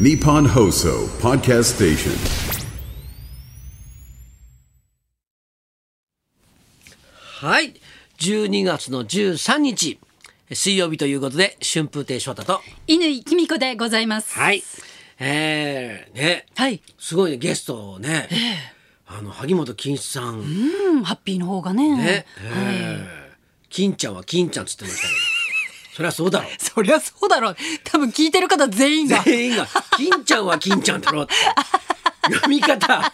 Nippon Hoso Podcast Station. はい12月の13日水曜日ということで春風亭昇太と乾きみこでございます。はいえー、ねはい。すごいねゲストをね、あの萩本欽一さんね、うん、ハッピーの方がね。えー欽ちゃんは欽ちゃんっつってま したけどそりゃそうだろそりゃそうだろう。多分聞いてる方全員が。全員が「欽ちゃんは欽ちゃんだろ」って読み方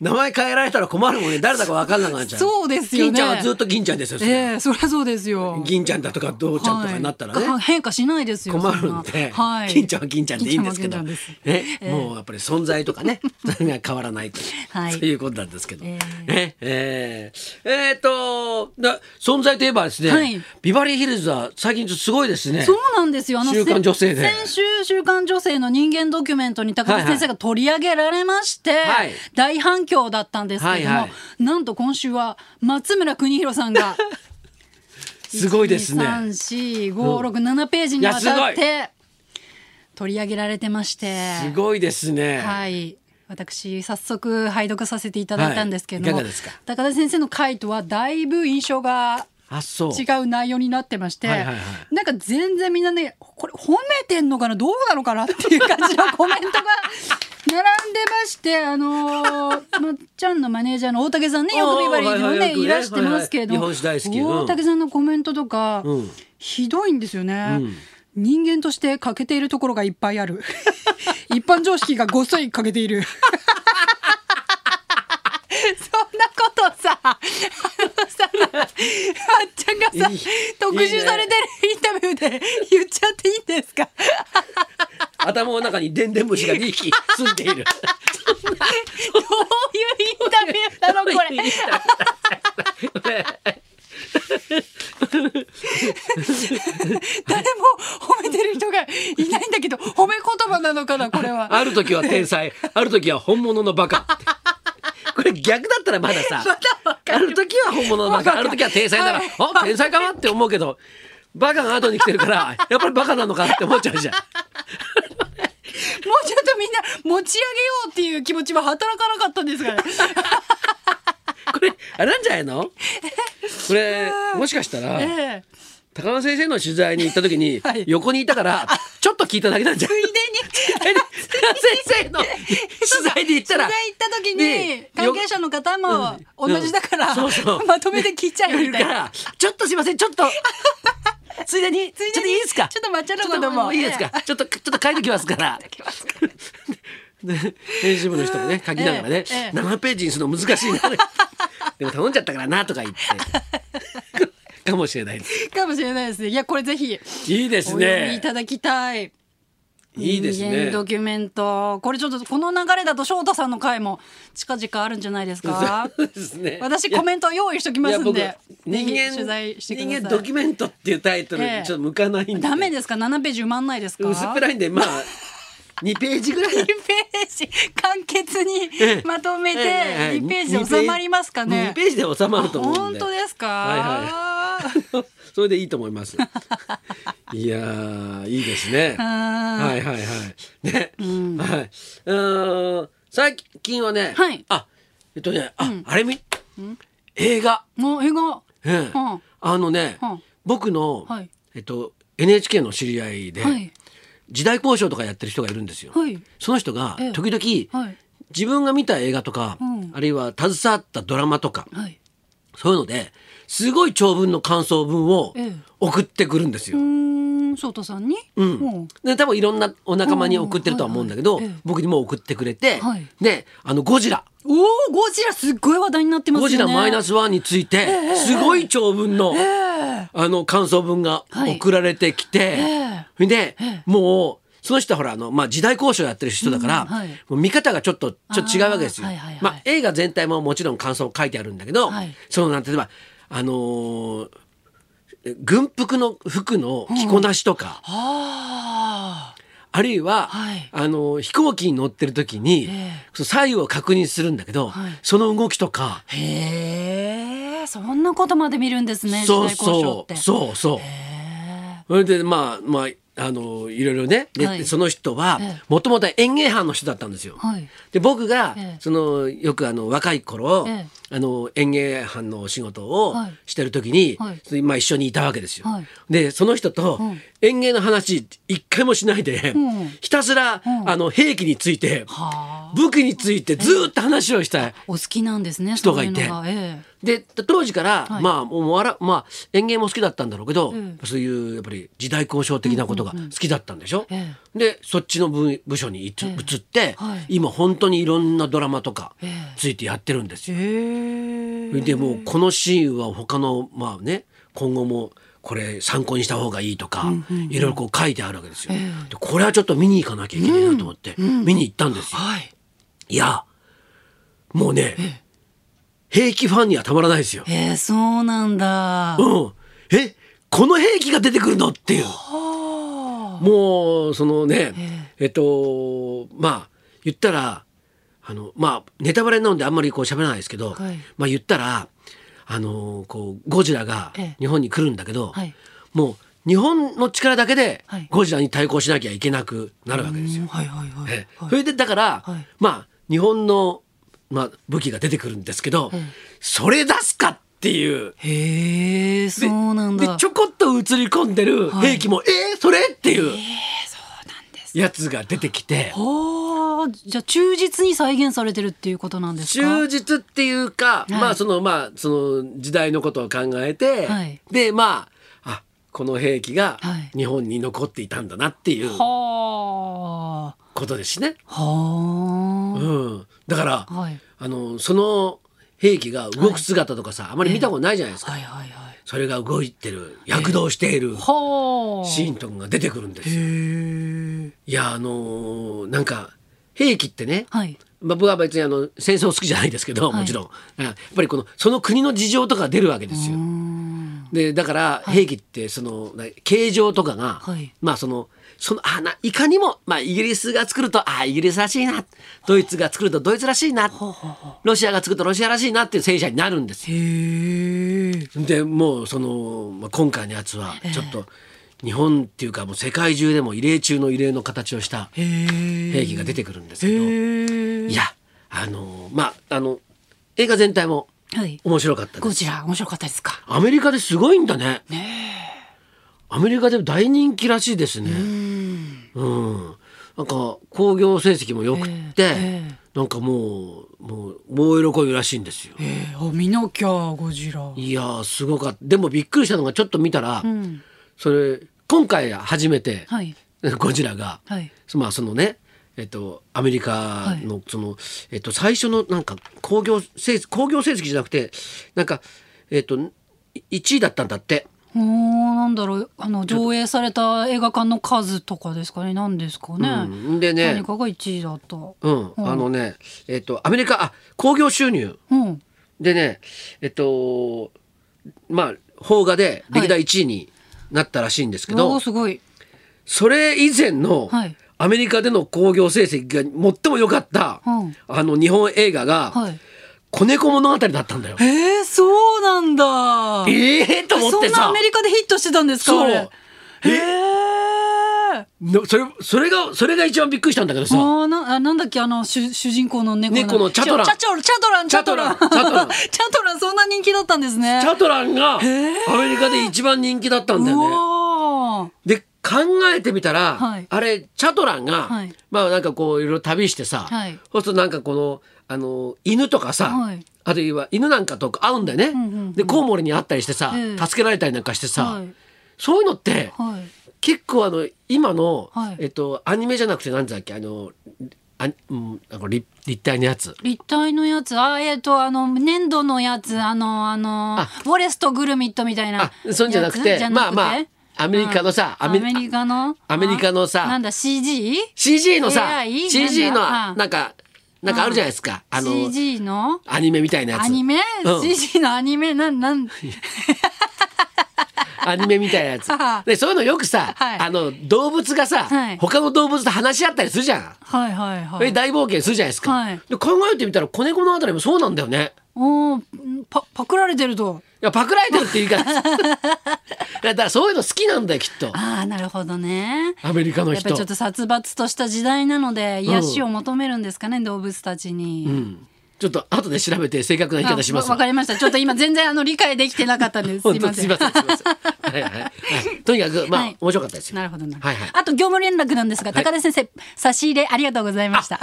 名前変えられたら困るもんね誰だか分かんなくなっちゃうそうですよね欽ちゃんはずっと欽ちゃんですよ、それええそりゃそうですよ。銀ちゃんだとかどうちゃんとかになったらね、はい変化しないですよ。困るんで、そなはい。金ちゃんは金ちゃんでいいんですけど、金ねちゃんは金ちゃんですもうやっぱり存在とかね、 それが変わらないという、はいそういうことなんですけど、ええねえーえーっとだ存在といえばですね、はいビバリーヒルズは最近ちょっとすごいですね。そうなんですよ。あの週刊女性でせ先週週刊女性の人間ドキュメントに高はい橋はい先生が取り上げられまして、はい大反響だったんですけれども、はいはいなんと今週は松村邦洋さんがすごいですね。三四五六七ページにわいたやっすごて取り上げられてまして、すごいですね。はい。私早速拝読させていただいたんですけれども、はいいかがですか高田先生の回とはだいぶ印象があそう。違う内容になってまして、はいはいはなんか全然みんなねこれ褒めてんのかなどうなのかなっていう感じのコメントが 並んでましてあの ー、まっちゃんのマネージャーの大竹さんねよくビバリーにもおーはいはいよねくねいらしてますけれども、はいはい日本酒大好きうん大竹さんのコメントとか、うんひどいんですよね。人間として欠けているところがいっぱいある 一般常識がごっそり欠けているそんなことさあのさまっちゃんがさいい特集されてるインタビューで言っちゃっていいんですか頭の中にでんでん虫が2匹 住んでいる。どういうインタビューなのこれ誰も褒めてる人がいないんだけど褒め言葉なのかなこれは ある時は天才、ある時は本物のバカ。これ逆だったらまだ さ、ある時は本物のバカ、ある時は天才なら、はいあ、天才かなって思うけど、バカが後に来てる から、やっぱりバカなのかって思っちゃうじゃん。もうちょっとみんな持ち上げようっていう気持ちは働かなかったんですが、ね、これ、あれなんじゃないのこれ、もしかしたら、ええ高野先生の取材に行った時に はい、横にいたから、ちょっと聞いただけなんじゃないつい でに先生の取材で行ったら取材行った時にね関係者の方もう同んじだから、そうそうまとめて聞いちゃえみたいだかな。らちょっとすいませんちょ っとついでにちょっといいですかちょっと抹茶ちのょっこととももういいですかちょっとちょっと書いてきますからね編集部の人もね書きながらねええええ7ページにするの難しいな でも頼んじゃったからなとか言ってかもしれないですかもしれないですね。いやこれぜひいいでおす読みいねただきたい。いいです人ね間ドキュメントこれちょっとこの流れだと翔太さんの回も近々あるんじゃないですか。そうですね私コメント用意しときいまやすん僕で。人ぜひ間取材してください。人間ドキュメントっていうタイトルにちょっと向かないんでダメですか7ページ埋まんないですか薄っぺらいんでまあ2ページぐらい2ページ簡潔ええにまとめええて2ページで収まりますか2ねページで収まると思うん本で。当ですか、はそれでいいと思い ます。いやーいいですね。あーはいはいはい。ね、はい。うーん最近はね、はいあえっとねあ、あれみ映画、もう英語うんんあのね、うん僕の、はいえっと NHK の知り合いで、はい時代交渉とかやってる人がいるんですよ。はいその人がええ時々、はい自分が見た映画とか、うんあるいは携わったドラマとか、はいそういうのですごい長文の感想文をええ送ってくるんですよ。うーん翔太さんにうんで多分いろんなお仲間に送ってるとは思うんだけど、うんはいはいええ僕にも送ってくれて、はいであのゴジラおおゴジラすっごい話題になってますゴよねジラマイナスワンについてすごい長文の、あの感想文がはい送られてきて、えで、もうその人はほらあの、まあ、時代交渉やってる人だから、うんはいもう見方がちょっとちょっと違うわけですよ。あーはいはいはいまあ、映画全体ももちろん感想書いてあるんだけど、はいそのなんて例えばあのー軍服の服の着こなしとか、ああるいは、はいあの飛行機に乗ってる時に、ええそう左右を確認するんだけど、はいその動きとか、ーへえそんなことまで見るんですねそう時代交渉そっうてそうそうそれでまあまああのいろいろねではいその人はええもともと園芸班の人だったんですよ。はいで僕が、ええそのよくあの若い頃、えあの園芸班のお仕事をはいしてる時に、はいそのまあ一緒にいたわけですよ。はいでその人とうん園芸の話一回もしないで、うんひたすら、うんあの兵器についてはあ。武器についてずーっと話をしたい。お好きなんですね。人がいてそううのえで当時から、はいまあもうわらまあ園芸も好きだったんだろうけど、ええそういうやっぱり時代交渉的なことが好きだったんでしょ、えでそっちの部部署に移ええ移って、はい今本当にいろんなドラマとかえついてやってるんですえよ。へえでもうこのシーンは他のまあね今後もこれ参考にした方がいいとか、いろいろこう書いてあるわけですよ。えでこれはちょっと見に行かなきゃいけないなと思って、見に行ったんですよ。はい。いやもうね、兵器ファンにはたまらないですよ。えー、そうなんだ。うん、えこの兵器が出てくるのっていうはあ。もうそのねええっとまあ言ったらあのまあネタバレなんであんまりこう喋らないですけど、はいまあ言ったらあのこうゴジラがええ日本に来るんだけど、はいもう日本の力だけではいゴジラに対抗しなきゃいけなくなるわけですよ。うんはいはいはい。ええはいそれでだから、はいまあ日本の、まあ、武器が出てくるんですけど、ええそれ出すかっていう。へえ、でそうなんだ。でちょこっと映り込んでる兵器も、えー、それっていうやつが出てきて、はあ、じゃあ忠実に再現されてるっていうことなんですか。忠実っていうか、いまあそのまあその時代のことを考えて、はいでまああこの兵器がはい日本に残っていたんだなっていうはあ。ことですしね、はうん、だから、あ。はい。あのその兵器が動く姿とかさ、あまり見たことないじゃないですか、はいはいはい。それが動いてる躍動しているはあ。シーンとかが出てくるんですよ。へえ。いやあのーなんか兵器ってね、はい。まあ、僕は別にあの戦争好きじゃないですけど、はいもちろんうんやっぱりこのその国の事情とか出るわけですよ。でだから兵器ってそのな形状とかが、はいまあそのそのあないかにも、まあ、イギリスが作るとああイギリスらしいなドイツが作るとドイツらしいなロシアが作るとロシアらしいなっていう戦車になるんですよ。へえ。でもうその、まあ、今回のやつはちょっと日本っていうかもう世界中でも異例中の異例の形をしたへえ。兵器が出てくるんですけど。へえい。や、あのーまあ、あの、映画全体もはい。面白かったでゴす。ジラ面白かったですか。アメリカですごいんだね。アメリカでも大人気らしいですね。うん,、なんか、興行成績も良くって、えなんかもう、もう、大喜びらしいんですよ。ええ、あ見なきゃゴジラ。いやー、すごかった。でもびっくりしたのが、ちょっと見たら、うん。それ、今回初めて、はい。ゴジラが、はい。まあそのねえっと、アメリカのその、えっと、最初のなんか興行成績興行成績じゃなくてなんか、えっと、1位だったんだっておーなんだろうあの上映された映画館の数とかですかねなんですかね、うんでね何かが1位だったううん、あのね、えっと、アメリカあ興行収入んでねえっとまあ邦画で歴代1位になったらしいんですけど、おーすごいそれ以前のはいアメリカでの興行成績が最も良かった、うんあの日本映画がはい「子猫物語」だったんだよ。えー、そうなんだええと思っそてんなアさメリカでヒットしてたんですかそうあれえーのそれそれがそれが一番びっくりしたんだけどあさーなあなんだっけあの主主人公の猫猫のチャトランチャチャチャトランチャトランチャトランチャトラン チャトランそんな人気だったんですねチャトランがアへーメリカで一番人気だったんだうよね。わーで考えてみたら、はいあれチャトランが、はいまあなんかこういろいろ旅してさ、はいそうするとなんかこのあの犬とかさ、はいあるいは犬なんかと会うんだよね。んうんうんでコウモリに会ったりしてさ、ええ助けられたりなんかしてさ、はいそういうのって、はい結構あの今の、はいえっとアニメじゃなくて何だっけあのあ、うん、なんか立立体のやつ。立体のやつあえっ、とあの粘土のやつあのあのあウォレストグルミットみたいなあそんじゃなくてやつじゃなくてまあまあアメリカのさうんアメアリメリカのアメリカのさあなんだ CG?CG CG のさ AI CG のなんだあなんかなんかあるじゃないですかあののアニメみたいなやつアニメ、うん CG のアニメなんなんアニメみたいなやつ はいでそういうのよくさはいあの動物がさはい他の動物と話し合ったりするじゃんはいはいはでい大冒険するじゃないですかはいで考えてみたら子猫のあたりもそうなんだよねおーパパクられてるとやパクられてるって言い方 だからそういうの好きなんだよきっとああなるほどねアメリカのやっぱり人ちょっと殺伐とした時代なので癒しを求めるんですかね、動物たちに、ちょっと後で調べて正確な言い方しますあわわかりましたちょっと今全然あの理解できてなかったんですす本い当ますせいんませ んすいませんはいはい はいとにかくまあ、はい面白かったですよ なるほどなるほど、はいはいあと業務連絡なんですが、高田先生差し入れありがとうございました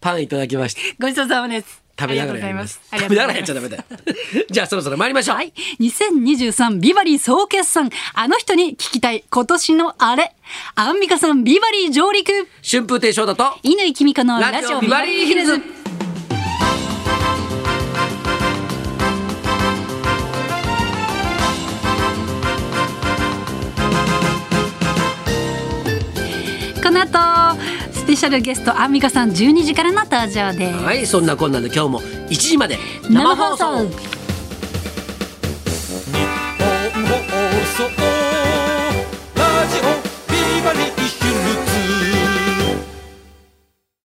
パンいただきました ごちそうさまです食べながらやりますありが食とべうごなざがいらやっちゃダまメすだよ じゃあそろそろ参りましょう、はい2023ビバリー総決算あの人に聞きたい今年のあれアンミカさんビバリー上陸春風亭昇太と乾きみかのララジジオオビビババリリーーヒヒルルズズこの後スペシャルゲストアンミカさん12時からの登場です、はいそんなこんなんで今日も1時まで生放送放送